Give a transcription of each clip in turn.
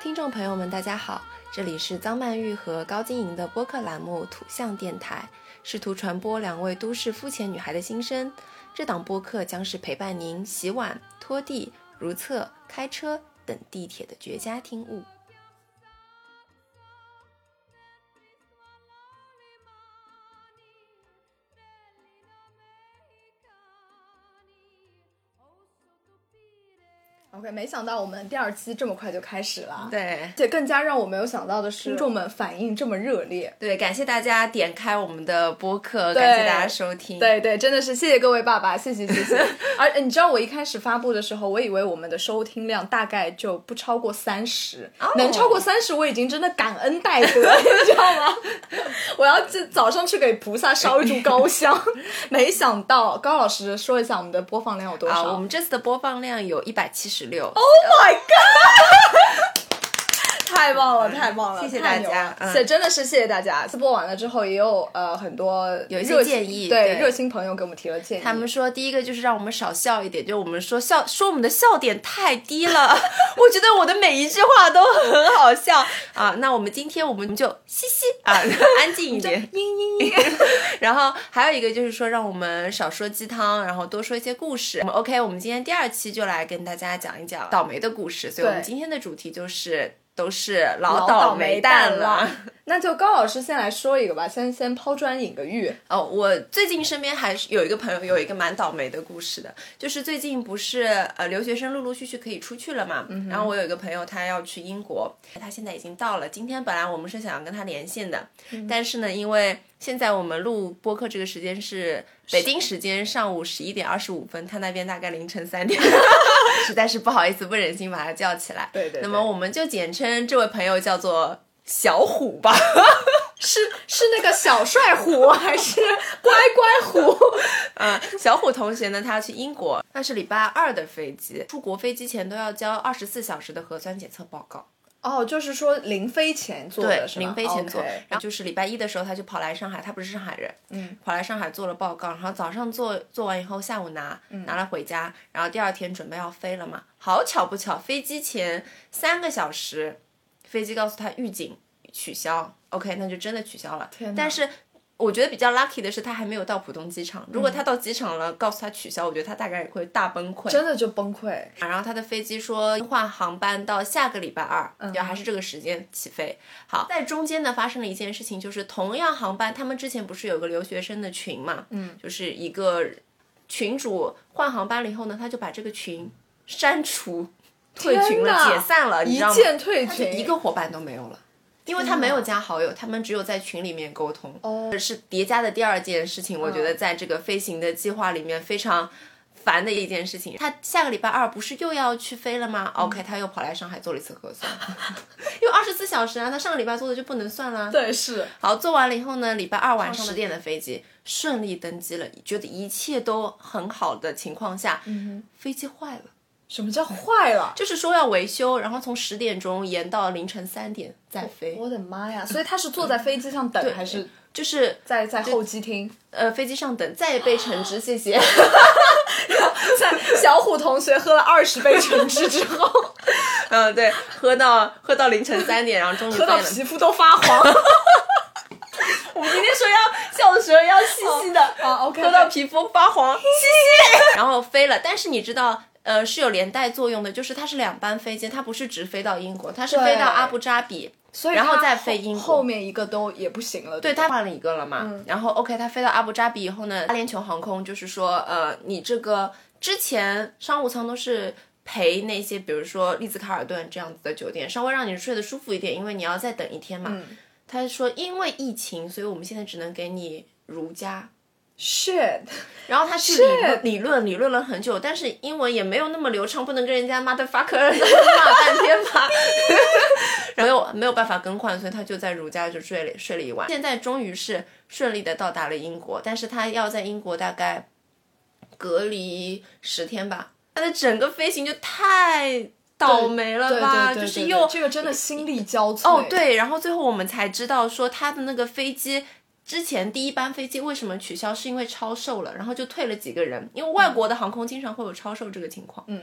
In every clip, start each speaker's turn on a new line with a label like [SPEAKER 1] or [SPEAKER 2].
[SPEAKER 1] 听众朋友们，大家好，这里是张曼玉和高晶莹的播客栏目《土象电台》，试图传播两位都市肤浅女孩的心声。这档播客将是陪伴您洗碗、拖地、如厕、开车等地铁的绝佳听物。
[SPEAKER 2] OK，没想到我们第二期这么快就开始了，
[SPEAKER 1] 对
[SPEAKER 2] 而且更加让我没有想到的是，
[SPEAKER 1] 是
[SPEAKER 2] 听众们反应这么热烈。
[SPEAKER 1] 对，感谢大家点开我们的播客，
[SPEAKER 2] 对
[SPEAKER 1] 感谢大家收听。
[SPEAKER 2] 对对，真的是谢谢各位爸爸，谢谢谢谢。 而你知道我一开始发布的时候，我以为我们的收听量大概就不超过三十、
[SPEAKER 1] 哦
[SPEAKER 2] 能超过三十我已经真的感恩戴德，你知 道吗？我要这早上去给菩萨烧一炷高香。没想到高老师说一下我们的播放量有多
[SPEAKER 1] 啊，
[SPEAKER 2] 少？
[SPEAKER 1] 我们这次的播放量有一百七十六。
[SPEAKER 2] 太棒了，太棒了，
[SPEAKER 1] 嗯谢谢
[SPEAKER 2] 太牛
[SPEAKER 1] 大家
[SPEAKER 2] 了
[SPEAKER 1] 嗯
[SPEAKER 2] 是真的是谢谢大家。播完了之后，也有呃很多
[SPEAKER 1] 有一些
[SPEAKER 2] 热心
[SPEAKER 1] 建议
[SPEAKER 2] 对
[SPEAKER 1] 对
[SPEAKER 2] 热心朋友给我们提了建议。
[SPEAKER 1] 他们说，第一个就是让我们少笑一点，就我们说笑，说我们的笑点太低了。 我觉得我的每一句话都很好笑啊。那我们今天我们就嘻嘻啊， 安静一点。
[SPEAKER 2] 嘤嘤嘤，
[SPEAKER 1] 然后还有一个就是说，让我们少说鸡汤，然后多说一些故事。我们 OK，我们今天第二期就来跟大家讲一讲倒霉的故事。所以我们
[SPEAKER 2] 对
[SPEAKER 1] 今天的主题就是都是 老
[SPEAKER 2] 老
[SPEAKER 1] 倒
[SPEAKER 2] 倒
[SPEAKER 1] 霉
[SPEAKER 2] 蛋
[SPEAKER 1] 蛋 了。。
[SPEAKER 2] 那就高老师先来说一个吧，先先抛砖引个玉。
[SPEAKER 1] 哦，我最近身边还是有一个朋友有一个蛮倒霉的故事的，就是最近不是呃留学生陆陆续续可以出去了嘛，
[SPEAKER 2] 嗯
[SPEAKER 1] 然后我有一个朋友他要去英国，他现在已经到了。今天本来我们是想要跟他连线的，
[SPEAKER 2] 嗯
[SPEAKER 1] 但是呢，因为现在我们录播客这个时间是北京时间上午十一点二十五分，他那边大概凌晨三点， 实在是不好意思，不忍心把他叫起来。
[SPEAKER 2] 对对对
[SPEAKER 1] 那么我们就简称这位朋友叫做小虎吧。
[SPEAKER 2] 是是那个小帅虎还是乖 乖虎？
[SPEAKER 1] 嗯， 小虎同学呢，他要去英国，那是礼拜二的飞机。出国飞机前都要交二十四小时的核酸检测报告，
[SPEAKER 2] 哦，就是说临飞前做
[SPEAKER 1] 对
[SPEAKER 2] 的，是吗？
[SPEAKER 1] 临飞前做。
[SPEAKER 2] OK
[SPEAKER 1] 然后就是礼拜一的时候，他就跑来上海，他不是上海人，
[SPEAKER 2] 嗯，
[SPEAKER 1] 跑来上海做了报告，然后早上做做完以后，下午拿、
[SPEAKER 2] 嗯
[SPEAKER 1] 拿了回家，然后第二天准备要飞了嘛。好巧不巧，飞机前三个小时，飞机告诉他预警取消，OK，那就真的取消了。
[SPEAKER 2] 天哪
[SPEAKER 1] 但是我觉得比较 lucky 的是，他还没有到浦东机场。如
[SPEAKER 2] 嗯
[SPEAKER 1] 果他到机场了，告诉他取消，我觉得他大概也会大崩溃。
[SPEAKER 2] 真的就崩溃。
[SPEAKER 1] 然后他的飞机说换航班到下个礼拜二，
[SPEAKER 2] 嗯
[SPEAKER 1] 然后还是这个时间起飞。好，在中间呢发生了一件事情，就是同样航班，他们之前不是有个留学生的群嘛，嗯，就是一个群主换航班了以后呢，他就把这个群删除、退群
[SPEAKER 2] 天
[SPEAKER 1] 了、
[SPEAKER 2] 哪
[SPEAKER 1] 解散了，你
[SPEAKER 2] 一
[SPEAKER 1] 知道吗？
[SPEAKER 2] 键退群，
[SPEAKER 1] 一个伙伴都没有了。因为他没有加好友，他们只有在群里面沟通。
[SPEAKER 2] 哦
[SPEAKER 1] 这是叠加的第二件事情，我觉得在这个飞行的计划里面非常烦的一件事情。他下个礼拜二不是又要去飞了吗？OK，他又跑来上海做了一次核酸， 因为二十四小时啊，他上个礼拜做的就不能算啦。
[SPEAKER 2] 对是
[SPEAKER 1] 好，做完了以后呢，礼拜二晚上十点的飞机顺利登机了，觉得一切都很好的情况下，飞机坏了。
[SPEAKER 2] 什么叫坏了？
[SPEAKER 1] 就是说要维修，然后从十点钟延到凌晨三点再飞，
[SPEAKER 2] 我的妈呀！所以他是坐在飞机上等，还是
[SPEAKER 1] 就是
[SPEAKER 2] 在在候机厅？
[SPEAKER 1] 呃飞机上等，再也被橙汁，谢 谢。
[SPEAKER 2] 在小虎同学喝了二十杯橙汁之后，
[SPEAKER 1] 嗯，对，喝到喝到凌晨三点，然后终于
[SPEAKER 2] 喝
[SPEAKER 1] 飞
[SPEAKER 2] 到
[SPEAKER 1] 了。
[SPEAKER 2] 皮肤都发黄。
[SPEAKER 1] 我们今天说要笑舌要细细的，
[SPEAKER 2] 啊，OK，
[SPEAKER 1] 喝到皮肤发黄，嘻嘻。 然后飞了，但是你知道。呃，是有连带作用的，就是它是两班飞机，它不是直飞到英国，它是
[SPEAKER 2] 对
[SPEAKER 1] 飞到阿布扎比，
[SPEAKER 2] 所以
[SPEAKER 1] 然后
[SPEAKER 2] 他
[SPEAKER 1] 再飞英国
[SPEAKER 2] 后后面一个都也不行了。
[SPEAKER 1] 对
[SPEAKER 2] 对吧，
[SPEAKER 1] 他换了一个了嘛。然后 OK，他飞到阿布扎比以后呢，阿联酋航空就是说，呃，你这个之前商务舱都是。陪那些，比如说丽兹卡尔顿这样子的酒店，稍微让你睡得舒服一点，因为你要再等一天嘛。他说，因为疫情，所以我们现在只能给你如家。
[SPEAKER 2] shit，
[SPEAKER 1] 然后他去理论理论理论了很久，但是英文也没有那么流畅，不能跟人家 motherfucker 骂半天 吧。然后没有办法更换，所以他就在如家就睡了睡了一晚。现在终于是顺利的到达了英国，但是他要在英国大概隔离十天吧。他的整个飞行就太倒霉了吧，
[SPEAKER 2] 对对对
[SPEAKER 1] 就
[SPEAKER 2] 对
[SPEAKER 1] 是
[SPEAKER 2] 对
[SPEAKER 1] 又
[SPEAKER 2] 这个真的心力交瘁。哦，
[SPEAKER 1] 对，然后最后我们才知道说他的那个飞机。之前第一班飞机为什么取消？是因为超售了，然后就退了几个人。因为外国的航空经常会有超售这个情况。嗯，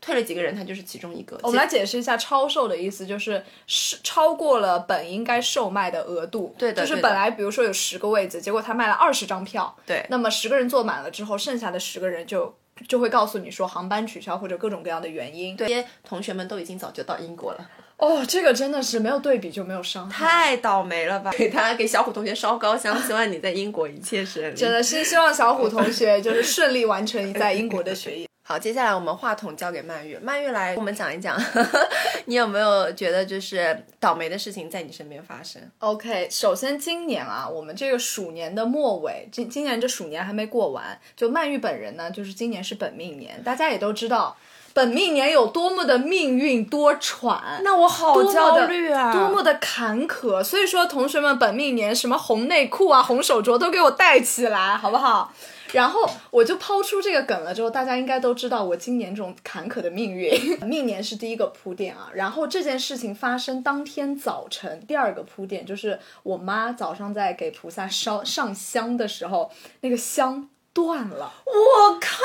[SPEAKER 1] 退了几个人，他就是其中一个。
[SPEAKER 2] 我们来解释一下“超售”的意思，就是是超过了本应该售卖的额度。
[SPEAKER 1] 对的
[SPEAKER 2] 就是
[SPEAKER 1] 对的
[SPEAKER 2] 本来比如说有十个位置，结果他卖了二十张票。
[SPEAKER 1] 对
[SPEAKER 2] 那么十个人坐满了之后，剩下的十个人就就会告诉你说航班取消或者各种各样的原因。对，
[SPEAKER 1] 这些同学们都已经早就到英 国了，
[SPEAKER 2] 哦，这个真的是没有对比就没有伤害。
[SPEAKER 1] 太倒霉了吧！给大家给小虎同学烧高香，希望你在英国一切 顺利。
[SPEAKER 2] 真的是希望小虎同学就是顺利完成在英国的学业。
[SPEAKER 1] 好，接下来我们话筒交给曼玉，曼玉来我们讲一讲， 你有没有觉得就是倒霉的事情在你身边发生？
[SPEAKER 2] OK，首先今年啊，我们这个鼠年的末尾，今今年这鼠年还没过完，就曼玉本人呢，就是今年是本命年，大家也都知道，本命年有多么的命运多舛。
[SPEAKER 1] 那我好
[SPEAKER 2] 多么
[SPEAKER 1] 焦
[SPEAKER 2] 的
[SPEAKER 1] 虑啊！
[SPEAKER 2] 多么的坎坷，所以说同学们，本命年什么红内裤啊、红手镯都给我戴起来，好不好？然后我就抛出这个梗了之后，大家应该都知道我今年这种坎坷的命运。 命年是第一个铺垫啊，然后这件事情发生当天早晨，第二个铺垫就是我妈早上在给菩萨烧上香的时候，那个香断了。
[SPEAKER 1] 我靠！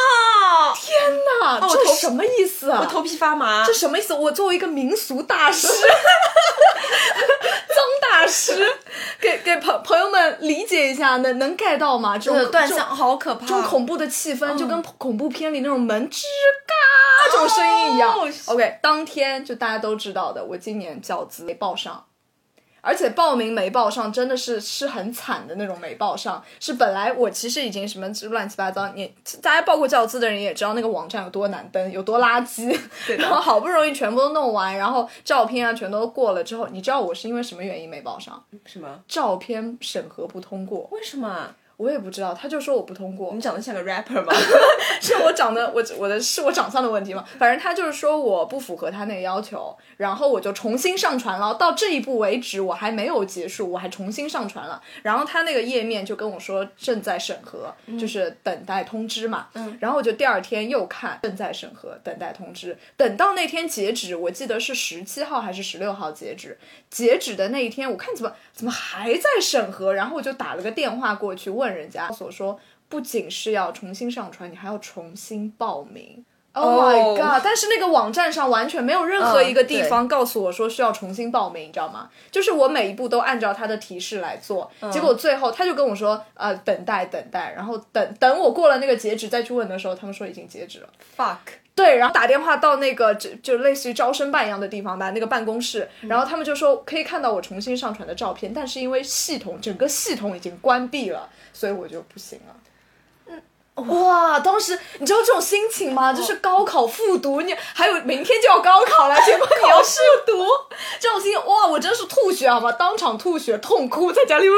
[SPEAKER 2] 啊，
[SPEAKER 1] 我
[SPEAKER 2] 这
[SPEAKER 1] 头
[SPEAKER 2] 什么意思啊？
[SPEAKER 1] 哦我头皮发麻
[SPEAKER 2] 这。什么意思？我作为一个民俗大师，脏大师， 给给朋朋友们理解一下，能能 get 到吗？这
[SPEAKER 1] 这
[SPEAKER 2] 种
[SPEAKER 1] 个呃断
[SPEAKER 2] 这
[SPEAKER 1] 相
[SPEAKER 2] 种
[SPEAKER 1] 好可怕！
[SPEAKER 2] 这种恐怖的气氛，就跟恐怖片里那种门吱嘎这种声音一样。
[SPEAKER 1] 哦
[SPEAKER 2] OK，当天就大家都知道的，我今年缴资没报上。而且报名没报上，真的是是很惨的那种没报上。是本来我其实已经什么乱七八糟，你大家报过教资的人也知道那个网站有多难登，有多垃圾。然后好不容易全部都弄完，然后照片啊全都过了之后，你知道我是因为什么原因没报上？
[SPEAKER 1] 什么？
[SPEAKER 2] 照片审核不通过，
[SPEAKER 1] 为什么？
[SPEAKER 2] 我也不知道，他就说我不通过。
[SPEAKER 1] 你长得像个 rapper 吗？
[SPEAKER 2] 是我长得我我的是我长相的问题吗？反正他就是说我不符合他那个要求，然后我就重新上传了。到这一步为止，我还没有结束，我还重新上传了。然后他那个页面就跟我说正在审核，就是等待通知嘛。嗯。然后我就第二天又看正在审核，等待通知。等到那天截止，我记得是十七号还是十六号截止。截止的那一天，我看怎么怎么还在审核，然后我就打了个电话过去问人家，所说不仅是要重新上传，你还要重新报名。Oh my
[SPEAKER 1] 哦
[SPEAKER 2] god！但是那个网站上完全没有任何一个地
[SPEAKER 1] 对
[SPEAKER 2] 方告诉我说需要重新报名，你知道吗？就是我每一步都按照他的提示来做，结果最后他就跟我说，呃，等待等待，然后等等我过了那个截止再去问的时候，他们说已经截止了。
[SPEAKER 1] fuck，
[SPEAKER 2] 对，然后打电话到那个就就类似于招生办一样的地方吧，那个办公室，
[SPEAKER 1] 嗯
[SPEAKER 2] 然后他们就说可以看到我重新上传的照片，但是因为系统整个系统已经关闭了，所以我就不行了。
[SPEAKER 1] 嗯
[SPEAKER 2] 哇，当时你知道这种心情
[SPEAKER 1] 哦
[SPEAKER 2] 吗？就是高考复读，你还有明天就要高考了，结果你要复读，这种心情哇，我真是吐血好吗？当场吐血，痛哭在家里。呜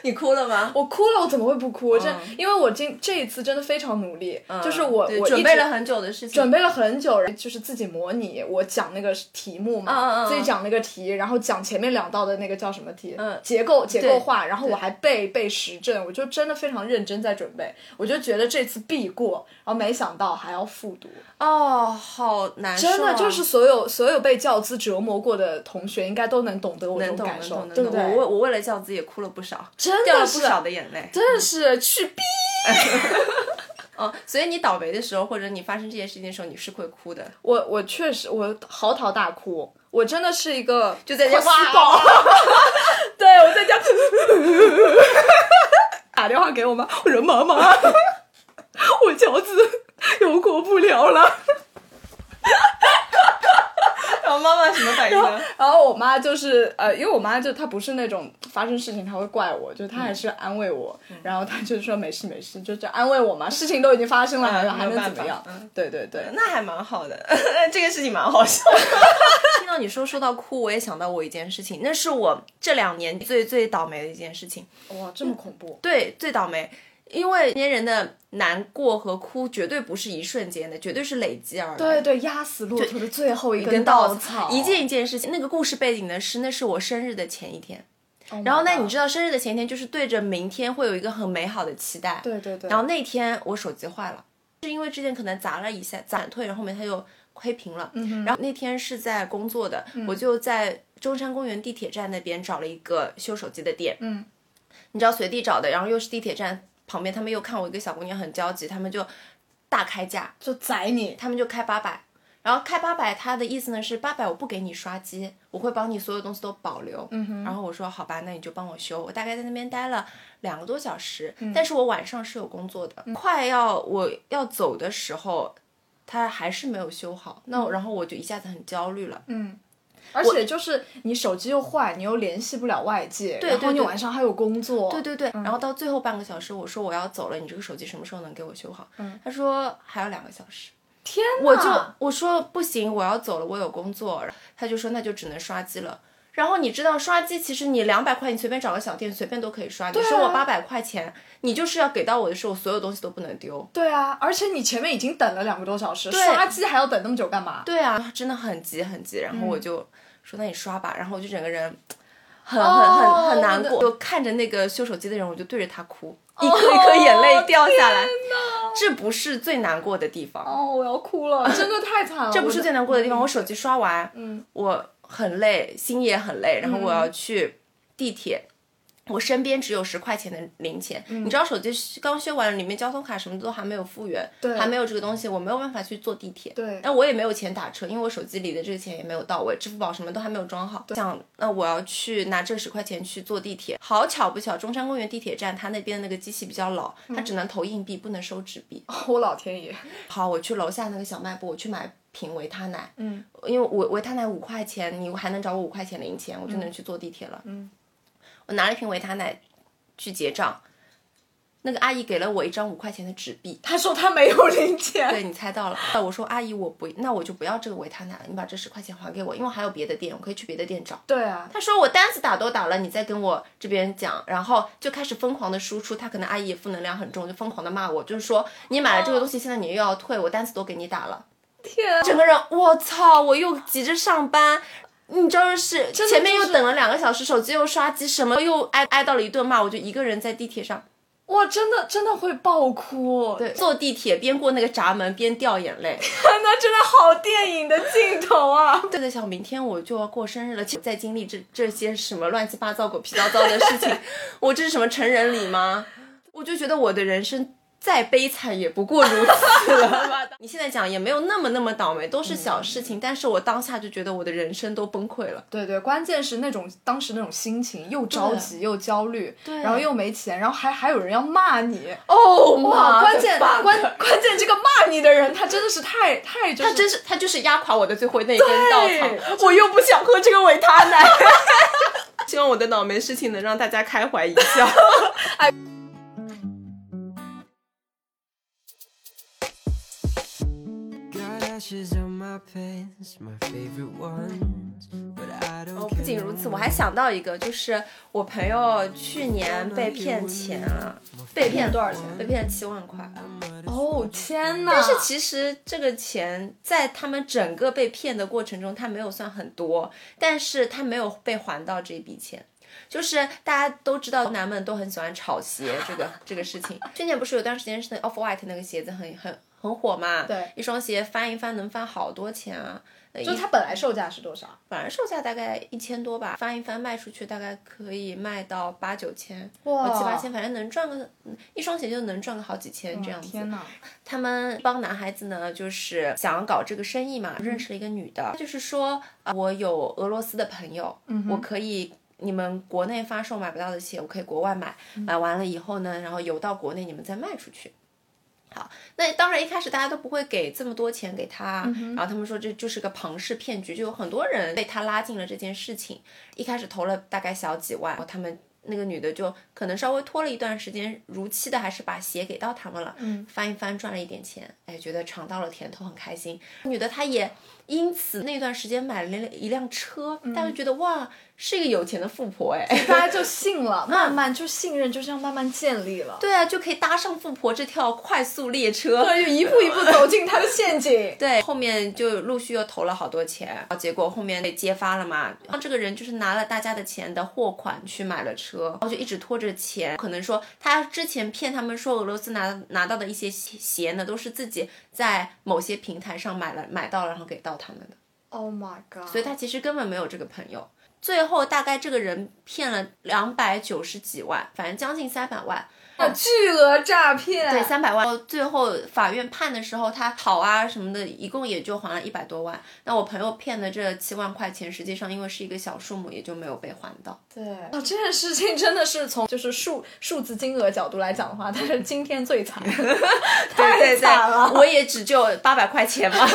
[SPEAKER 1] 你哭了吗？
[SPEAKER 2] 我哭了，我怎么会不哭？我真、因为我今这一次真的非常努力，就是我
[SPEAKER 1] 嗯呃对
[SPEAKER 2] 我
[SPEAKER 1] 准
[SPEAKER 2] 一
[SPEAKER 1] 备
[SPEAKER 2] 直
[SPEAKER 1] 了很久的事情，
[SPEAKER 2] 准备了很久，然后就是自己模拟我讲那个题目嘛，
[SPEAKER 1] 嗯嗯嗯
[SPEAKER 2] 自己讲那个题，然后讲前面两道的那个叫什么题，
[SPEAKER 1] 嗯
[SPEAKER 2] 结构结构化，然后我还背背实证，我就真的非常认真在准备，我就觉得这次必过，然后没想到还要复读，
[SPEAKER 1] 哦，好难受啊、
[SPEAKER 2] 真的就是所有所有被教资折磨过的同学应该都能懂得我这
[SPEAKER 1] 能
[SPEAKER 2] 种
[SPEAKER 1] 懂能
[SPEAKER 2] 感受
[SPEAKER 1] 懂，能
[SPEAKER 2] 对不
[SPEAKER 1] 懂。我
[SPEAKER 2] 对
[SPEAKER 1] 为？我为了教资也哭了不少，
[SPEAKER 2] 真
[SPEAKER 1] 掉了
[SPEAKER 2] 的
[SPEAKER 1] 不
[SPEAKER 2] 是，
[SPEAKER 1] 少的眼泪。
[SPEAKER 2] 真的是去逼。
[SPEAKER 1] 哦，所以你倒霉的时候，或者你发生这些事情的时候，你是会哭的，
[SPEAKER 2] 我我确实我嚎啕大哭，我真的是一个
[SPEAKER 1] 就在家
[SPEAKER 2] 快死
[SPEAKER 1] 哇
[SPEAKER 2] 宝， 对我在家 打电话给我妈，我说妈妈，我脚趾游过不了了。
[SPEAKER 1] 然后妈妈什么反应呢？
[SPEAKER 2] 然后我妈就是呃，因为我妈就她不是那种发生事情她会怪我，就她
[SPEAKER 1] 嗯
[SPEAKER 2] 还是安慰我，然后她就说没事没事，就就安慰我嘛，事情都已经发生了，还
[SPEAKER 1] 嗯
[SPEAKER 2] 还
[SPEAKER 1] 没有
[SPEAKER 2] 能
[SPEAKER 1] 办
[SPEAKER 2] 怎么
[SPEAKER 1] 法
[SPEAKER 2] 样
[SPEAKER 1] 嗯？
[SPEAKER 2] 对对对，
[SPEAKER 1] 那还蛮好的， 这个事情蛮好 笑。听到你说说到哭，我也想到我一件事情，那是我这两年最最倒霉的一件事情。
[SPEAKER 2] 哇，这么恐怖，
[SPEAKER 1] 对，最倒霉，因为年人的难过和哭绝对不是一瞬间的，绝对是累积而来的。
[SPEAKER 2] 对对，压死骆驼的最后一根
[SPEAKER 1] 跟稻
[SPEAKER 2] 草，
[SPEAKER 1] 一件一件事情。那个故事背景呢是，那是我生日的前一天。
[SPEAKER 2] 然后
[SPEAKER 1] 那你知道，生日的前一天就是对着明天会有一个很美好的期待。
[SPEAKER 2] 对对对
[SPEAKER 1] 然后那天我手机坏了，是因为之前可能砸了一下，砸退，然后后面它又黑屏了。然后那天是在工作的，我就在中山公园地铁站那边找了一个修手机的店。
[SPEAKER 2] 嗯，
[SPEAKER 1] 你知道随地找的，然后又是地铁站旁边，他们又看我一个小姑娘很焦急，他们就大开价，
[SPEAKER 2] 就宰你，
[SPEAKER 1] 他们就开八百。然后开八百，他的意思呢是八百我不给你刷机，我会帮你所有东西都保留。嗯然后我说好吧，那你就帮我修。我大概在那边待了两个多小时，但是我晚上是有工作的，快要我要走的时候，他还是没有修好。那我然后我就一下子很焦虑了。
[SPEAKER 2] 嗯。而且就是你手机又坏，你又联系不了外界，
[SPEAKER 1] 对
[SPEAKER 2] 然后
[SPEAKER 1] 对
[SPEAKER 2] 你
[SPEAKER 1] 对
[SPEAKER 2] 晚上还有工作，
[SPEAKER 1] 对对对，然后到最后半个小时，我说我要走了，你这个手机什么时候能给我修好？他说还有两个小时。
[SPEAKER 2] 天哪！
[SPEAKER 1] 我就我说不行，我要走了，我有工作。他就说那就只能刷机了。然后你知道刷机，其实你两百块，你随便找个小店随便都可以刷。
[SPEAKER 2] 啊
[SPEAKER 1] 你收我八百块钱，你就是要给到我的时候，所有东西都不能丢。
[SPEAKER 2] 对啊，而且你前面已经等了两个多小时，刷机还要等那么久干嘛？
[SPEAKER 1] 对啊，真的很急很急。然后
[SPEAKER 2] 嗯
[SPEAKER 1] 我就说那你刷吧，然后我就整个人很
[SPEAKER 2] 哦
[SPEAKER 1] 很很
[SPEAKER 2] 我
[SPEAKER 1] 很难
[SPEAKER 2] 的
[SPEAKER 1] 过，
[SPEAKER 2] 哦
[SPEAKER 1] 就看着那个修手机的人，我就对着他哭，一颗一颗眼泪掉下来。这不是最难过的地方。
[SPEAKER 2] 哦，我要哭了， 真的太惨了。
[SPEAKER 1] 这不是
[SPEAKER 2] 我
[SPEAKER 1] 最难过的地方。我手机刷完，嗯，我很累，心也很累，然后
[SPEAKER 2] 嗯
[SPEAKER 1] 我要去地铁。我身边只有十块钱的零钱，
[SPEAKER 2] 嗯
[SPEAKER 1] 你知道手机刚修完了，里面交通卡什么都还没有复原，
[SPEAKER 2] 对
[SPEAKER 1] 还没有这个东西，我没有办法去坐地铁，
[SPEAKER 2] 对
[SPEAKER 1] 那我也没有钱打车，因为我手机里的这个钱也没有到位，支付宝什么都还没有装好，想那我要去拿这十块钱去坐地铁，好巧不巧，中山公园地铁站它那边那个机器比较老，
[SPEAKER 2] 嗯
[SPEAKER 1] 它只能投硬币，不能收纸币，
[SPEAKER 2] 哦我老天爷，
[SPEAKER 1] 好，我去楼下那个小卖部，我去买瓶维他奶。嗯，因为我维他奶五块钱，你还能找我五块钱零钱，我就能去坐地铁了。嗯，我拿了一瓶维他奶去结账，那个阿姨给了我一张五块钱的纸币。
[SPEAKER 2] 他说他没有零钱，
[SPEAKER 1] 对你猜到了，我说阿姨，我不，那我就不要这个维他奶了，你把这十块钱还给我，因为我还有别的店，我可以去别的店找。
[SPEAKER 2] 对啊，
[SPEAKER 1] 他说我单子打都打了，你再跟我这边讲，然后就开始疯狂的输出。他可能阿姨也负能量很重，就疯狂的骂我，就是说你买了这个东西，现在你又要退，我单子都给你打了。
[SPEAKER 2] 天啊，
[SPEAKER 1] 整个人我操，我又急着上班。你知道是
[SPEAKER 2] 的
[SPEAKER 1] 前面
[SPEAKER 2] 就
[SPEAKER 1] 又
[SPEAKER 2] 是
[SPEAKER 1] 等了两个小时，手机又刷机，什么又挨挨到了一顿骂，我就一个人在地铁上，
[SPEAKER 2] 哇，真的真的会爆哭，哦对，
[SPEAKER 1] 坐地铁边过那个闸门边掉眼 泪。
[SPEAKER 2] 那真的好电影的镜头啊！
[SPEAKER 1] 对的，想明天我就要过生日了，其实在经历这这些什么乱七八糟、狗屁叨叨的事情， 我这是什么成人礼吗？我就觉得我的人生再悲惨也不过如此了 吧。你现在讲也没有那么那么倒霉，都是小事情，但是我当下就觉得我的人生都崩溃了。
[SPEAKER 2] 对对，关键是那种当时那种心情，又着急又焦虑，然后又没钱，然后还还有人要骂你，
[SPEAKER 1] 哦
[SPEAKER 2] 哇！关键关
[SPEAKER 1] 关。
[SPEAKER 2] 关键这个骂你的人，他真的是太太就
[SPEAKER 1] 他
[SPEAKER 2] 是
[SPEAKER 1] 真是，他就是压垮我的最后那一根稻草。
[SPEAKER 2] 我又不想喝这个维他奶。
[SPEAKER 1] 希望我的倒霉事情能让大家开怀一 笑。
[SPEAKER 3] Got ashes on my pants, my favorite ones, but I don't
[SPEAKER 1] 哦，
[SPEAKER 3] care
[SPEAKER 1] 不仅如此，
[SPEAKER 3] no
[SPEAKER 1] 我还想到一个，就是我朋友去年被骗钱了，
[SPEAKER 2] 嗯
[SPEAKER 1] 被骗
[SPEAKER 2] 多少钱
[SPEAKER 1] 被骗七万块。
[SPEAKER 3] Oh
[SPEAKER 2] 哦天哪！
[SPEAKER 1] 但是其实这个钱在他们整个被骗的过程中，他没有算很多，但是他没有被还到这笔钱。就是大家都知道，男们都很喜欢炒鞋这 个这个事情。去年不是有段时间是那 Off White 那个鞋子很很很火嘛？
[SPEAKER 2] 对
[SPEAKER 1] 一双鞋翻一翻能翻好多钱啊！
[SPEAKER 2] 就它本来售价是多少？
[SPEAKER 1] 反正售价大概一千多吧，翻一翻卖出去大概可以卖到八九千，
[SPEAKER 2] 哇
[SPEAKER 1] 七八千，反正能赚个嗯一双鞋就能赚个好几千这样子。
[SPEAKER 2] 天 哪！
[SPEAKER 1] 他们帮男孩子呢，就是想要搞这个生意嘛，认识了一个女的，她就是说、啊我有俄罗斯的朋友，我可以。你们国内发售买不到的鞋，我可以国外买，买完了以后呢，然后邮到国内，你们再卖出去。好，那当然一开始大家都不会给这么多钱给他，然后他们说这就是个庞氏骗局，就有很多人被他拉进了这件事情。一开始投了大概小几万，然后他们那个女的就可能稍微拖了一段时间，如期的还是把鞋给到他们了，翻一翻赚了一点钱，哎，觉得尝到了甜头，很开心。女的她也因此那段时间买了一辆车，大家就觉得哇，是一个有钱的富婆哎。
[SPEAKER 2] 大家就信了，慢慢就信任就这样慢慢建立了，
[SPEAKER 1] 对啊，就可以搭上富婆这条快速列车。
[SPEAKER 2] 对，就一步一步走进他的陷阱。
[SPEAKER 1] 对，后面就陆续又投了好多钱，然后结果后面被揭发了嘛。然后这个人就是拿了大家的钱的货款去买了车，然后就一直拖着钱。可能说他之前骗他们说俄罗斯拿拿到的一些鞋鞋呢，都是自己在某些平台上买了买到了，然后给到他们的。
[SPEAKER 2] Oh my god！
[SPEAKER 1] 所以他其实根本没有这个朋友。最后大概这个人骗了两百九十几万，反正将近三百万。
[SPEAKER 2] 那巨额诈骗，
[SPEAKER 1] 对，三百万。最后法院判的时候，他讨啊什么的，一共也就还了一百多万。那我朋友骗的这七万块钱，实际上因为是一个小数目，也就没有被还 到。
[SPEAKER 2] 对，哦，这件事情真的是从就是数数字金额角度来讲的话，它是今天最惨， 太
[SPEAKER 1] 对对
[SPEAKER 2] 惨了。，
[SPEAKER 1] 我也只就八百块钱 嘛。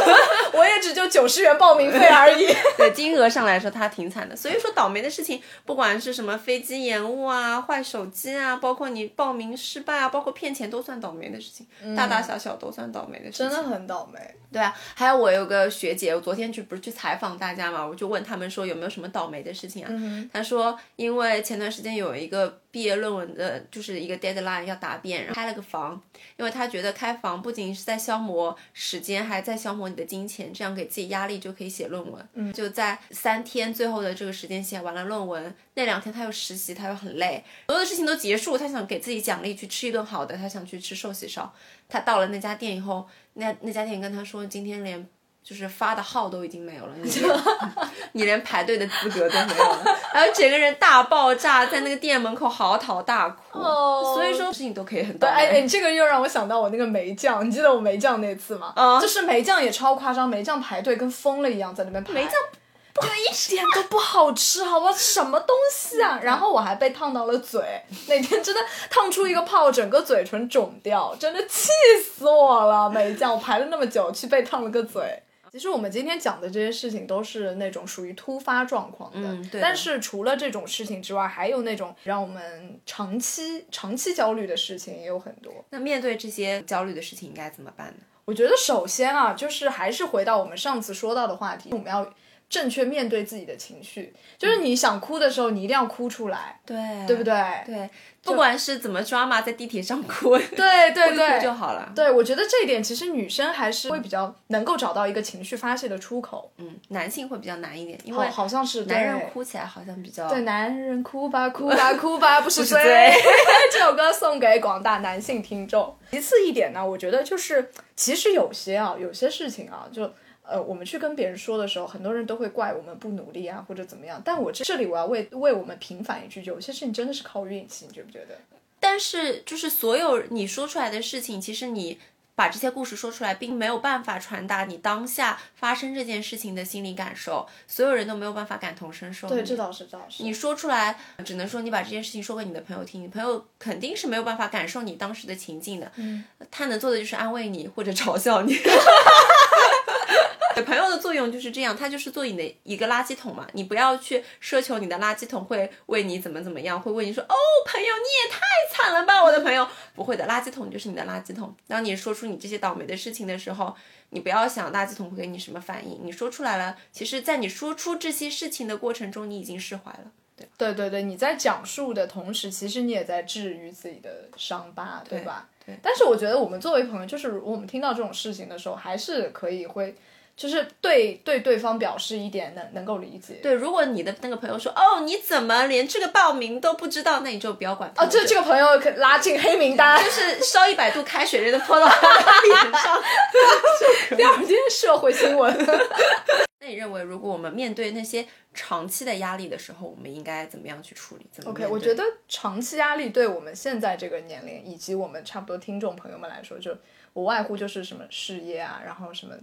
[SPEAKER 2] 我也只就九十元报名费而已。
[SPEAKER 1] 对金额上来说，他挺惨的。所以说倒霉的事情，不管是什么飞机延误啊、坏手机啊，包括你报名失败啊，包括骗钱，都算倒霉的事情，大大小小都算倒霉的事情。
[SPEAKER 2] 真的很倒霉。
[SPEAKER 1] 对啊，还有我有个学姐，我昨天去不是去采访大家嘛，我就问他们说有没有什么倒霉的事情啊？她说因为前段时间有一个毕业论文的，就是一个 deadline 要答辩，然后开了个房，因为她觉得开房不仅是在消磨时间，还在消磨你的金钱，这样给自己压力就可以写论文。嗯，就在三天最后的这个时间写完了论文，那两天她又实习，她又很累，所有的事情都结束，她想给自己奖励，去吃一顿好的，她想去吃寿喜烧。她到了那家店以后，那那家店跟她说，今天连就是发的号都已经没有了，你 连你连排队的资格都没有了， 然后整个人大爆炸，在那个店门口嚎啕大哭。
[SPEAKER 2] 哦
[SPEAKER 1] 所以说事情都可以很倒
[SPEAKER 2] 对，哎哎，
[SPEAKER 1] 霉。
[SPEAKER 2] 你这个又让我想到我那个梅酱，你记得我梅酱那次吗？
[SPEAKER 1] 啊
[SPEAKER 2] 就是梅酱也超夸张，梅酱排队跟疯了一样在那边排。梅
[SPEAKER 1] 酱
[SPEAKER 2] 对，一点都不好吃，好吧？什么东西啊？然后我还被烫到了嘴，那天真的烫出一个泡，整个嘴唇肿掉，真的气死我了！梅酱，我排了那么久，去被烫了个嘴。其实我们今天讲的这些事情都是那种属于突发状况的，
[SPEAKER 1] 嗯对的
[SPEAKER 2] 但是除了这种事情之外，还有那种让我们长期长期焦虑的事情也有很多。
[SPEAKER 1] 那面对这些焦虑的事情应该怎么办呢？
[SPEAKER 2] 我觉得首先啊，就是还是回到我们上次说到的话题，我们要正确面对自己的情绪。就是你想哭的时候，你一定要哭出来，
[SPEAKER 1] 嗯对，
[SPEAKER 2] 对不对？
[SPEAKER 1] 对，不管是怎么抓嘛，在地铁上哭，对
[SPEAKER 2] 对对
[SPEAKER 1] 哭
[SPEAKER 2] 对，
[SPEAKER 1] 就好了。
[SPEAKER 2] 对，我觉得这一点其实女生还是会比较能够找到一个情绪发泄的出口。
[SPEAKER 1] 嗯， 男性会比较难一点，因
[SPEAKER 2] 好，
[SPEAKER 1] 为
[SPEAKER 2] 好像是
[SPEAKER 1] 男
[SPEAKER 2] 对
[SPEAKER 1] 人哭起来好像比较
[SPEAKER 2] 对，男人哭 吧哭吧哭吧不是
[SPEAKER 1] 是
[SPEAKER 2] 罪
[SPEAKER 1] 罪。
[SPEAKER 2] 这首歌送给广大男性听众。其次一点呢，我觉得就是，其实有些啊，有些事情啊，就呃，我们去跟别人说的时候，很多人都会怪我们不努力啊，或者怎么样。但我这这里我要为为我们平反一句，有些事情真的是靠运气，你觉不觉得？
[SPEAKER 1] 但是就是所有你说出来的事情，其实你把这些故事说出来，并没有办法传达你当下发生这件事情的心理感受，所有人都没有办法感同身受。
[SPEAKER 2] 对，这倒是，这倒是。
[SPEAKER 1] 你说出来，只能说你把这件事情说给你的朋友听，你朋友肯定是没有办法感受你当时的情境的。嗯，他能做的就是安慰你或者嘲笑你。 朋友的作用就是这样，他就是做你的一个垃圾桶嘛。你不要去奢求你的垃圾桶会为你怎么怎么样，会为你说哦，朋友你也太惨了吧，我的朋友 不会的，垃圾桶就是你的垃圾桶。当你说出你这些倒霉的事情的时候，你不要想垃圾桶会给你什么反应，你说出来了，其实，在你说出这些事情的过程中，你已经释怀了。
[SPEAKER 2] 对对对，你在讲述的同时，其实你也在治愈自己的伤疤，对吧？
[SPEAKER 1] 对
[SPEAKER 2] 但是我觉得我们作为朋友，就是我们听到这种事情的时候，还是可以会，就是对对对方表示一点能能够理解。
[SPEAKER 1] 对，如果你的那个朋友说，哦，你怎么连这个报名都不知道，那你就不要管他。
[SPEAKER 2] 哦，这这个朋友可拉进黑名单，
[SPEAKER 1] 就是烧一百度开水，人都泼到 他脸上。
[SPEAKER 2] 第二天社会新闻。
[SPEAKER 1] 那你认为，如果我们面对那些长期的压力的时候，我们应该怎么样去处理？怎么
[SPEAKER 2] OK，
[SPEAKER 1] 面
[SPEAKER 2] 我
[SPEAKER 1] 对
[SPEAKER 2] 觉得长期压力对我们现在这个年龄以及我们差不多听众朋友们来说，就无外乎就是什么事业啊，然后什么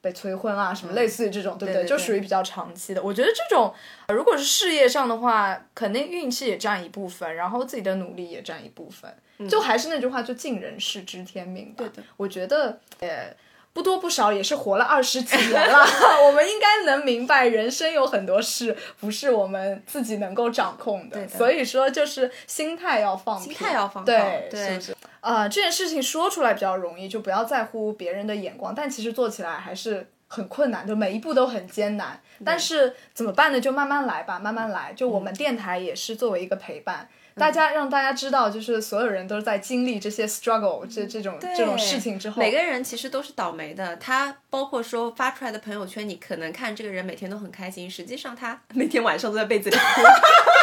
[SPEAKER 2] 被催婚啊，什么类似于这种，对不
[SPEAKER 1] 嗯对对
[SPEAKER 2] 就属于比较长期的。我觉得这种呃如果是事业上的话，肯定运气也占一部分，然后自己的努力也占一部分。
[SPEAKER 1] 嗯
[SPEAKER 2] 就还是那句话，就尽人事，知天命吧。对
[SPEAKER 1] 的
[SPEAKER 2] 我觉得呃。不多不少，也是活了二十几年 了。我们应该能明白，人生有很多事不是我们自己能够掌控的。
[SPEAKER 1] 对的
[SPEAKER 2] 所以说，就是心态要放平，
[SPEAKER 1] 心态要放
[SPEAKER 2] 对
[SPEAKER 1] 放
[SPEAKER 2] 是
[SPEAKER 1] 对
[SPEAKER 2] 不是？呃，这件事情说出来比较容易，就不要在乎别人的眼光，但其实做起来还是很困难，就每一步都很艰难。但是怎么办呢？就慢慢来吧，慢慢来。就我们电台也是作为一个陪伴。大家让大家知道，就是所有人都是在经历这些 struggle 这这种这种事情之后，
[SPEAKER 1] 每 个人其实都是倒霉的。他包括说发出来的朋友圈，你可能看这个人每天都很开心，实际上他每天晚上都在被子里哭。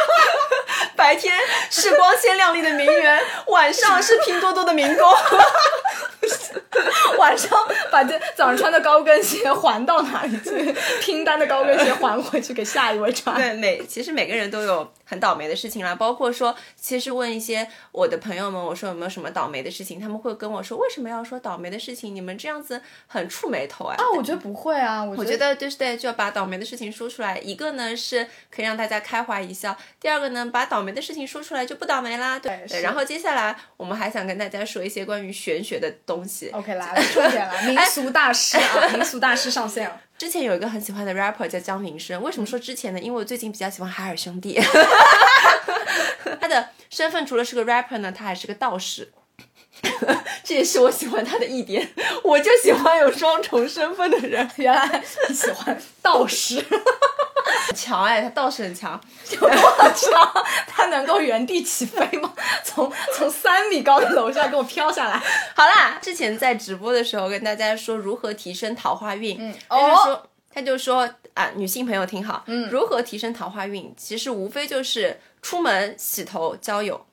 [SPEAKER 1] 白天是光鲜亮丽的名媛，晚上是拼多多的民工。
[SPEAKER 2] 晚上把这早上穿的高跟鞋还到哪里去？拼单的高跟鞋还回去给下一位穿。
[SPEAKER 1] 对，每其实每个人都有很倒霉的事情啦。包括说，其实问一些我的朋友们，我说有没有什么倒霉的事情，他们会跟我说为什么要说倒霉的事情？你们这样子很触眉头哎。
[SPEAKER 2] 啊，我觉得不会啊，我
[SPEAKER 1] 我
[SPEAKER 2] 觉
[SPEAKER 1] 觉得就是对，就要把倒霉的事情说出来。一个呢是可以让大家开怀一笑，第二个呢把倒霉的事情说出来就不倒霉啦。对
[SPEAKER 2] 对，
[SPEAKER 1] 对
[SPEAKER 2] 是
[SPEAKER 1] 然后接下来我们还想跟大家说一些关于玄学的东西。
[SPEAKER 2] OK 来了，重 点来，民俗大师啊，民俗大师上线了。
[SPEAKER 1] 之前有一个很喜欢的 rapper 叫江民生，为什么
[SPEAKER 2] 嗯
[SPEAKER 1] 说之前呢？因为我最近比较喜欢海尔兄弟。 他的身份除了是个 rapper 呢，他还是个道士。 这也是我喜欢他的一点，我就喜欢有双重身份的人。
[SPEAKER 2] 原来你喜欢道士，
[SPEAKER 1] 强哎，他道士很强。
[SPEAKER 2] 我知道他能够原地起飞吗？ 从从三米高的楼上给我飘下来，
[SPEAKER 1] 好啦，之前在直播的时候跟大家说如何提升桃花运，嗯他
[SPEAKER 2] 哦
[SPEAKER 1] 就说、他就说啊，女性朋友听好，嗯，如何提升桃花运，其实无非就是出门、洗头、交友。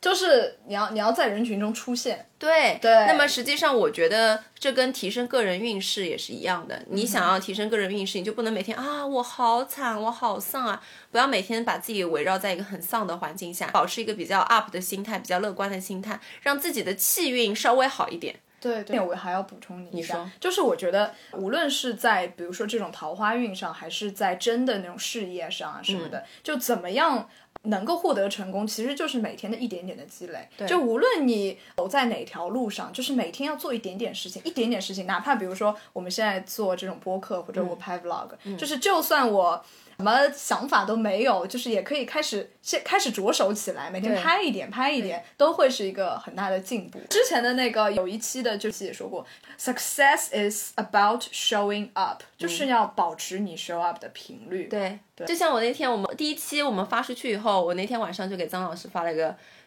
[SPEAKER 2] 就是你要你要在人群中出现，
[SPEAKER 1] 对
[SPEAKER 2] 对
[SPEAKER 1] 那么实际上，我觉得这跟提升个人运势也是一样的。你想要提升个人运势，你就不能每天啊，我好惨，我好丧啊！不要每天把自己围绕在一个很丧的环境下，保持一个比较 up 的心态，比较乐观的心态，让自己的气运稍微好一点。
[SPEAKER 2] 对对，我还要补充你一下
[SPEAKER 1] 说，
[SPEAKER 2] 就是我觉得无论是在比如说这种桃花运上，还是在真的那种事业上啊什么的，
[SPEAKER 1] 嗯
[SPEAKER 2] 就怎么样。能够获得成功，其实就是每天的一点点的积累。就无论你走在哪条路上，就是每天要做一点点事情，一点点事情。哪怕比如说我们现在做这种播客，或
[SPEAKER 1] 嗯
[SPEAKER 2] 者我拍 vlog，、就是就算我什么想法都没有，就是也可以开始先开始着手起来，每天
[SPEAKER 1] 对
[SPEAKER 2] 拍一点，拍一点，都会是一个很大的进步。之前的那个有一期的就是也说过，success is about showing up，、就是要保持你 show up 的频率。
[SPEAKER 1] 嗯对，就像我那天我们第一期我们发出去以后，我那天晚上就给张老师发了一个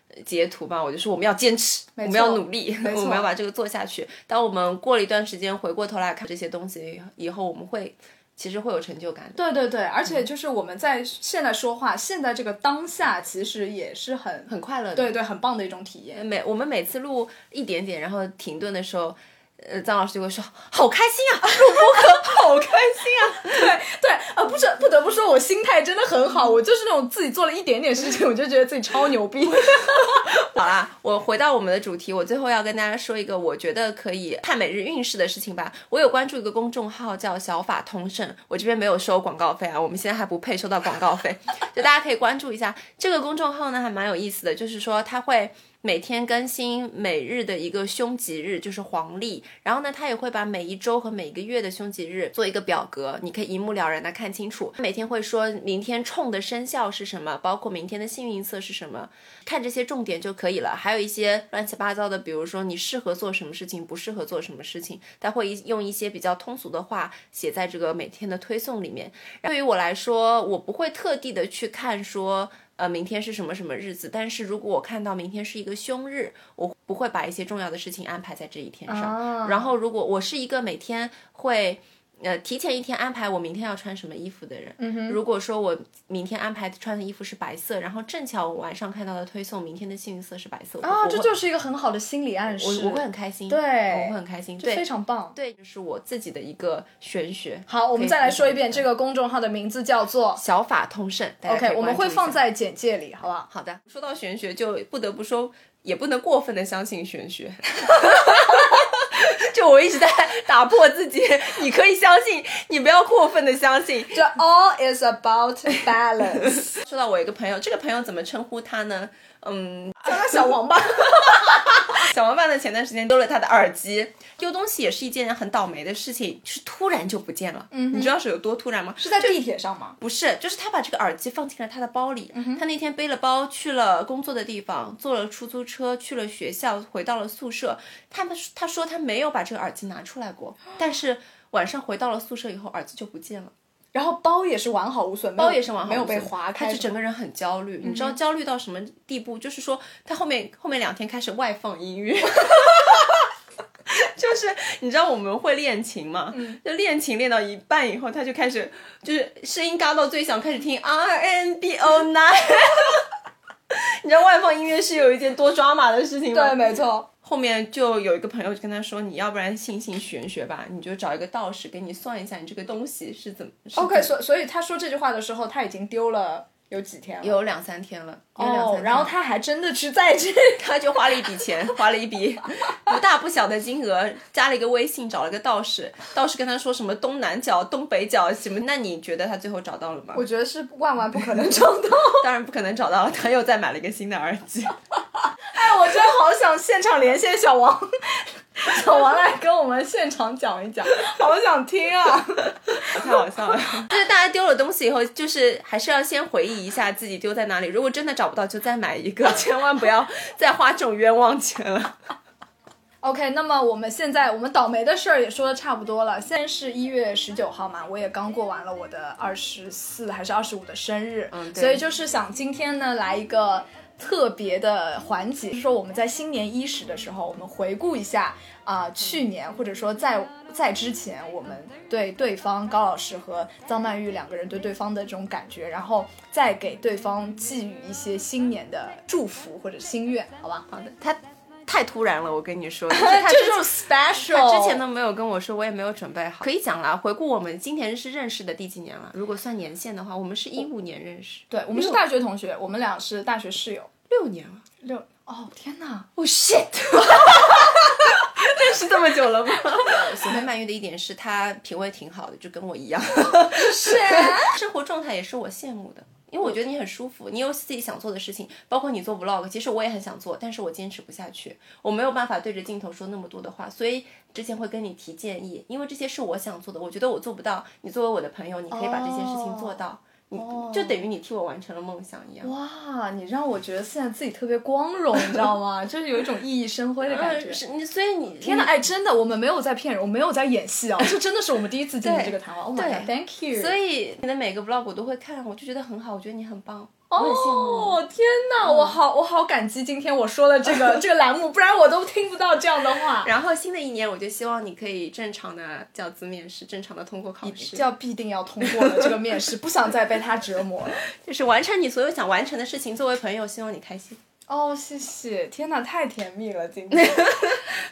[SPEAKER 1] 呃截图吧，我就说我们要坚持，我们要努力，
[SPEAKER 2] 没错
[SPEAKER 1] 我们要把这个做下去。当我们过了一段时间回过头来看这些东西以后，我们会其实会有成就感的。
[SPEAKER 2] 对对对，而且就是我们在现在说话，现在这个当下其实也是很
[SPEAKER 1] 很快乐的，
[SPEAKER 2] 对对很棒的一种体验。
[SPEAKER 1] 每我们每次录一点点，然后停顿的时候，呃，张老师就会说好开心啊，录
[SPEAKER 2] 好开心啊！ 对对啊，不是不得不说，我心态真的很好，我就是那种自己做了一点点事情，我就觉得自己超牛逼。
[SPEAKER 1] 好啦，我回到我们的主题，我最后要跟大家说一个我觉得可以看每日运势的事情吧。我有关注一个公众号叫“小法通胜”，我这边没有收广告费啊，我们现在还不配收到广告费， 就大家可以关注一下这个公众号呢，还蛮有意思的，就是说它会。每天更新每日的一个凶吉日，就是黄历。然后呢，它也会把每一周和每个月的凶吉日做一个表格，你可以一目了然的看清楚。每天会说明天冲的生肖是什么，包括明天的幸运色是什么，看这些重点就可以了。还有一些呃乱七八糟的，比如说你适合做什么事情，不适合做什么事情，它会一用一些比较通俗的话写在这个每天的推送里面。对于我来说，我不会特地的去看说。呃，明天是什么什么日子？但是如果我看到明天是一个凶日，我不会把一些重要的事情安排在这一天上。
[SPEAKER 2] 啊
[SPEAKER 1] 然后，如果我是一个每天会呃提前一天安排我明天要穿什么衣服的人，
[SPEAKER 2] 嗯
[SPEAKER 1] 如果说我明天安排穿的衣服是白色，然后正巧我晚上看到的推送明天的幸运色是白色，
[SPEAKER 2] 啊，
[SPEAKER 1] 我
[SPEAKER 2] 这
[SPEAKER 1] 会
[SPEAKER 2] 就是一个很好的心理暗示，
[SPEAKER 1] 我我会很开心，
[SPEAKER 2] 对
[SPEAKER 1] 我会很开心，对
[SPEAKER 2] 非常棒。
[SPEAKER 1] 对，这是我自己的一个玄学。
[SPEAKER 2] 好，我们再来说一遍，
[SPEAKER 1] 可以
[SPEAKER 2] 这个公众号的名字叫做
[SPEAKER 1] 小法通胜大家可以
[SPEAKER 2] OK，我们
[SPEAKER 1] 关注
[SPEAKER 2] 会
[SPEAKER 1] 一
[SPEAKER 2] 放
[SPEAKER 1] 下
[SPEAKER 2] 在简介里，好不好？
[SPEAKER 1] 好的。说到玄学，就不得不说，也不能过分的相信玄学。 就我一直在打破自己，你可以相信，你不要过分的相信。
[SPEAKER 2] 这 all is about balance。
[SPEAKER 1] 说到我一个朋友，这个朋友怎么称呼他呢？嗯，
[SPEAKER 2] 叫他小王吧。
[SPEAKER 1] 小王八呢前段时间丢了他的耳机，丢东西也是一件很倒霉的事情，就是突然就不见了。嗯，你知道是有多突然吗？
[SPEAKER 2] 是在地铁上吗？
[SPEAKER 1] 不是，就是他把这个耳机放进了他的包里。他那天背了包去了工作的地方，坐了出租车去了学校，回到了宿舍。他们他说他没有把这个耳机拿出来过，但是晚上回到了宿舍以后，耳机就不见了。
[SPEAKER 2] 然后包也是完好无损，
[SPEAKER 1] 包也是完好无损，
[SPEAKER 2] 没有被划开，嗯
[SPEAKER 1] 他就整个人很焦虑。你知道焦虑到什么地步？就是说他后面后面两天开始外放音 乐。就是你知道我们会练琴嘛？
[SPEAKER 2] 嗯
[SPEAKER 1] 就练琴练到一半以后，他就开始就是声音嘎到最响，开始听 R N B O Night。你知道外放音乐是有一件多抓马的事情吗？
[SPEAKER 2] 对，没错。
[SPEAKER 1] 后面就有一个朋友就跟他说，你要不然信信玄学吧，你就找一个道士给你算一下你这个东西是怎么。是
[SPEAKER 2] OK，所所以他说这句话的时候，他已经丢了有几天了？
[SPEAKER 1] 有两三天了，有两三
[SPEAKER 2] 哦，
[SPEAKER 1] 天
[SPEAKER 2] 然后他还真的去在这，
[SPEAKER 1] 他就花了一笔 钱，花了一笔不大不小的金额，加了一个微信，找了个道士，道士跟他说什么东南角、东北角什么，那你觉得他最后找到了吗？
[SPEAKER 2] 我觉得是万万不可能找到。
[SPEAKER 1] 当然不可能找到了，他又再买了一个新的耳 机。
[SPEAKER 2] 哎，我真好想现场连线小王， 小王来跟我们现场讲一讲，好想听啊！
[SPEAKER 1] 太好笑了。就是大家丢了东西以后，就是还是要先回忆一下自己丢在哪里。如果真的找不到，就再买一个，千万不要再花这种冤枉钱了。
[SPEAKER 2] OK，那么我们现在我们倒霉的事儿也说的差不多了。现在是一月十九号嘛，我也刚过完了我的二十四还是二十五的生日，
[SPEAKER 1] 嗯对
[SPEAKER 2] 所以就是想今天呢来一个特别的环节，就是说我们在新年伊始的时候，我们回顾一下啊、去年或者说在在之前我们对对方高老师和张曼玉两个人对对方的这种感觉，然后再给对方寄予一些新年的祝福或者心愿，好吧？
[SPEAKER 1] 好的，他太突然了，我跟你 说，就是他
[SPEAKER 2] 这
[SPEAKER 1] 之
[SPEAKER 2] 就是 special。
[SPEAKER 1] 他之前都没有跟我说，我也没有准备好。哦可以讲啦，回顾我们今年是认识的第几年了？如果算年限的话，我们是一五年认识，
[SPEAKER 2] 对，我们是大学同学，我们俩是大学室友。
[SPEAKER 1] 六年了。
[SPEAKER 2] 六哦天哪！
[SPEAKER 1] 哦、shit！认识这么久 了吗？喜欢曼玉的一点是她品味挺好的，就跟我一样。
[SPEAKER 2] 是
[SPEAKER 1] 生活状态也是我羡慕的，因为我觉得你很舒服，你有自己想做的事情，包括你做 vlog，其实我也很想做，但是我坚持不下去，我没有办法对着镜头说那么多的话，所以之前会跟你提建议，因为这些是我想做的，我觉得我做不到，你作为我的朋友，你可以把这些事情做到，你就等于你替我完成了梦想一样。
[SPEAKER 2] 哦哇，你让我觉得现在自己特别光荣，你知道吗？ 就是有一种熠熠生辉的感觉
[SPEAKER 1] 嗯，。是嗯你，所以你
[SPEAKER 2] 天哪！哎，真的，我们没有在骗人，我没有在 演戏啊，这真的是我们第一次经历
[SPEAKER 1] 对
[SPEAKER 2] 这个谈话。Oh
[SPEAKER 1] 哎对
[SPEAKER 2] my god，thank you。
[SPEAKER 1] 所以你的每个 vlog 我都会看，我就觉得很好，我觉得你很棒，我很羡慕你。嗯
[SPEAKER 2] 哦，天哪！我好，我好感激今天我说的这个这个栏目，不然我都听不到这样的话。
[SPEAKER 1] 然后新的一年，我就希望你可以正常的教资面试，正常的通过考试，
[SPEAKER 2] 要必定要通过了这个面试，不想再被他折磨了。
[SPEAKER 1] 就是完成你所有想完成的事情。作为朋友，希望你开心。
[SPEAKER 2] 哦，谢谢！天哪，太甜蜜了，今天。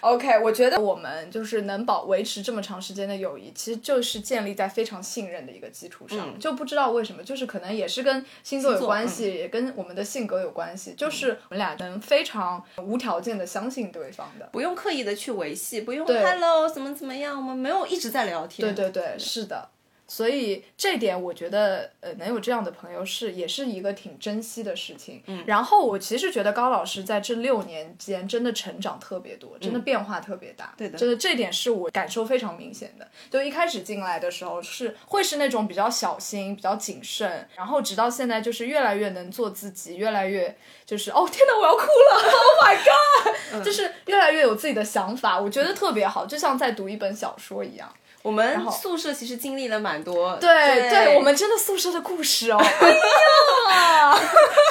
[SPEAKER 2] OK，我觉得我们就是能保维持这么长时间的友谊，其实就是建立在非常信任的一个基础上。就不知道为什么，就是可能也是跟星座
[SPEAKER 1] 星
[SPEAKER 2] 有
[SPEAKER 1] 座
[SPEAKER 2] 关系，也跟我们的性格有关系，就是我们俩能非常无条件的相信对方的。
[SPEAKER 1] 不用刻意的去维系，不用
[SPEAKER 2] 对
[SPEAKER 1] hello 怎么怎么样，我们没有一直在聊天。
[SPEAKER 2] 对对对，是的。所以这点我觉得，呃，能有这样的朋友是也是一个挺珍惜的事情。嗯，然后我其实觉得高老师在这六年间真的成长特别多，真的变化特别大。
[SPEAKER 1] 对的
[SPEAKER 2] 真的这点是我感受非常明显的。就一开始进来的时候是会是那种比较小心、比较谨慎，然后直到现在就是越来越能做自己，越来越就是哦天哪，我要哭了，Oh my god，、就是越来越有自己的想法，我觉得特别好，就像在读一本小说一样。
[SPEAKER 1] 我
[SPEAKER 2] 然
[SPEAKER 1] 们
[SPEAKER 2] 后
[SPEAKER 1] 宿舍其实经历了蛮多，
[SPEAKER 2] 对
[SPEAKER 1] 对
[SPEAKER 2] 我们真的宿舍的故事 哦，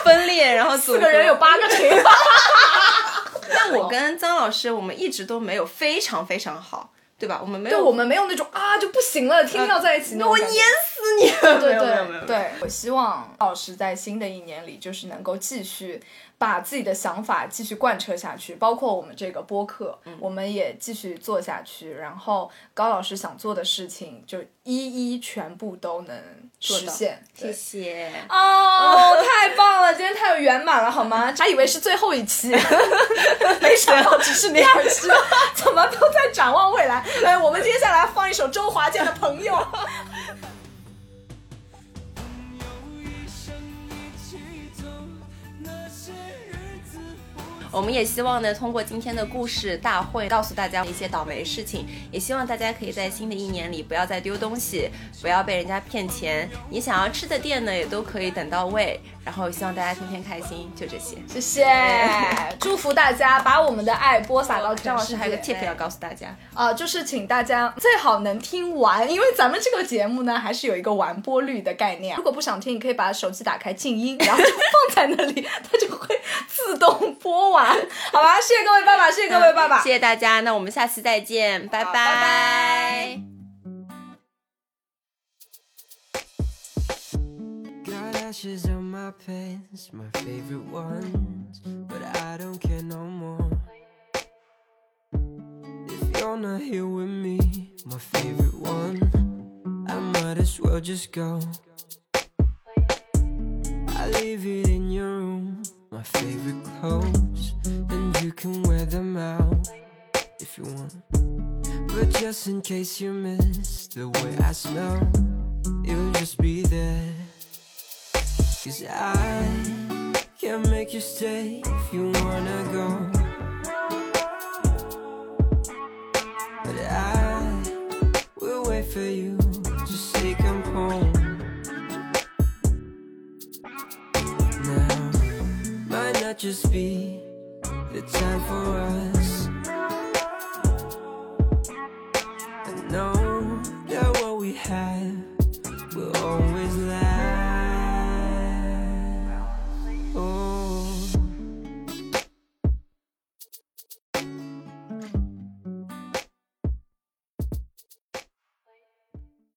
[SPEAKER 1] 分裂，然后四
[SPEAKER 2] 四个人有。八 个群，
[SPEAKER 1] 但我跟张老师，我们一直都没有非常非常好，对吧？我们没
[SPEAKER 2] 对
[SPEAKER 1] 有，
[SPEAKER 2] 我们没有那种啊就不行了，天天要在一起那种
[SPEAKER 1] 我
[SPEAKER 2] 感觉。
[SPEAKER 1] 碾死你！
[SPEAKER 2] 对
[SPEAKER 1] 没有没有没
[SPEAKER 2] 对
[SPEAKER 1] 有
[SPEAKER 2] 对，我希望老师在新的一年里，就是能够继续把自己的想法继续贯彻下去，包括我们这个播客，
[SPEAKER 1] 嗯
[SPEAKER 2] 我们也继续做下去。然后高老师想做的事情，就一一全部都能
[SPEAKER 1] 做
[SPEAKER 2] 实
[SPEAKER 1] 到
[SPEAKER 2] 现。
[SPEAKER 1] 谢
[SPEAKER 2] 对
[SPEAKER 1] 谢。
[SPEAKER 2] 哦，太棒了！今天太圆满了，好吗？还以为是最后一期，没想到只是第二期， 怎么都在展望未来。来，我们接下来放一首周华健的《朋友》。
[SPEAKER 3] 朋友一生一起走，那些日子不
[SPEAKER 1] 我们也希望呢，通过今天的故事大会，告诉大家一些倒霉事情，也希望大家可以在新的一年里不要再丢东西，不要被人家骗钱。你想要吃的店呢，也都可以等到位。然后希望大家天天开心，就这些。
[SPEAKER 2] 谢谢，祝福大家把我们的爱播撒到
[SPEAKER 1] 张
[SPEAKER 2] 张
[SPEAKER 1] 老
[SPEAKER 2] 老
[SPEAKER 1] 师
[SPEAKER 2] 师
[SPEAKER 1] 还有个 tip 要告诉大家，
[SPEAKER 2] 啊、就是请大家最好能听完，因为咱们这个节目呢，还是有一个完播率的概念。如果不想听，你可以把手机打开静音，然后就放在那里，它就会自动播完。好吧，谢谢各位爸爸，谢谢各位爸爸，
[SPEAKER 1] 谢谢大家，那我们下期再见，拜
[SPEAKER 2] 好
[SPEAKER 1] 拜。
[SPEAKER 2] 拜拜
[SPEAKER 3] Got ashes on my pants, my favorite ones, but I don't care no more. If you're not here with me, my favorite one, I might as well just go. I I leave it in your room, my favorite clothes, and you can wear them out if you want. But just in case you miss the way I smell, it'll just be there. Cause I can make you stay if you wanna go. But I will wait for you to say come home. now might not just be the time for us. I know that what we have Oh.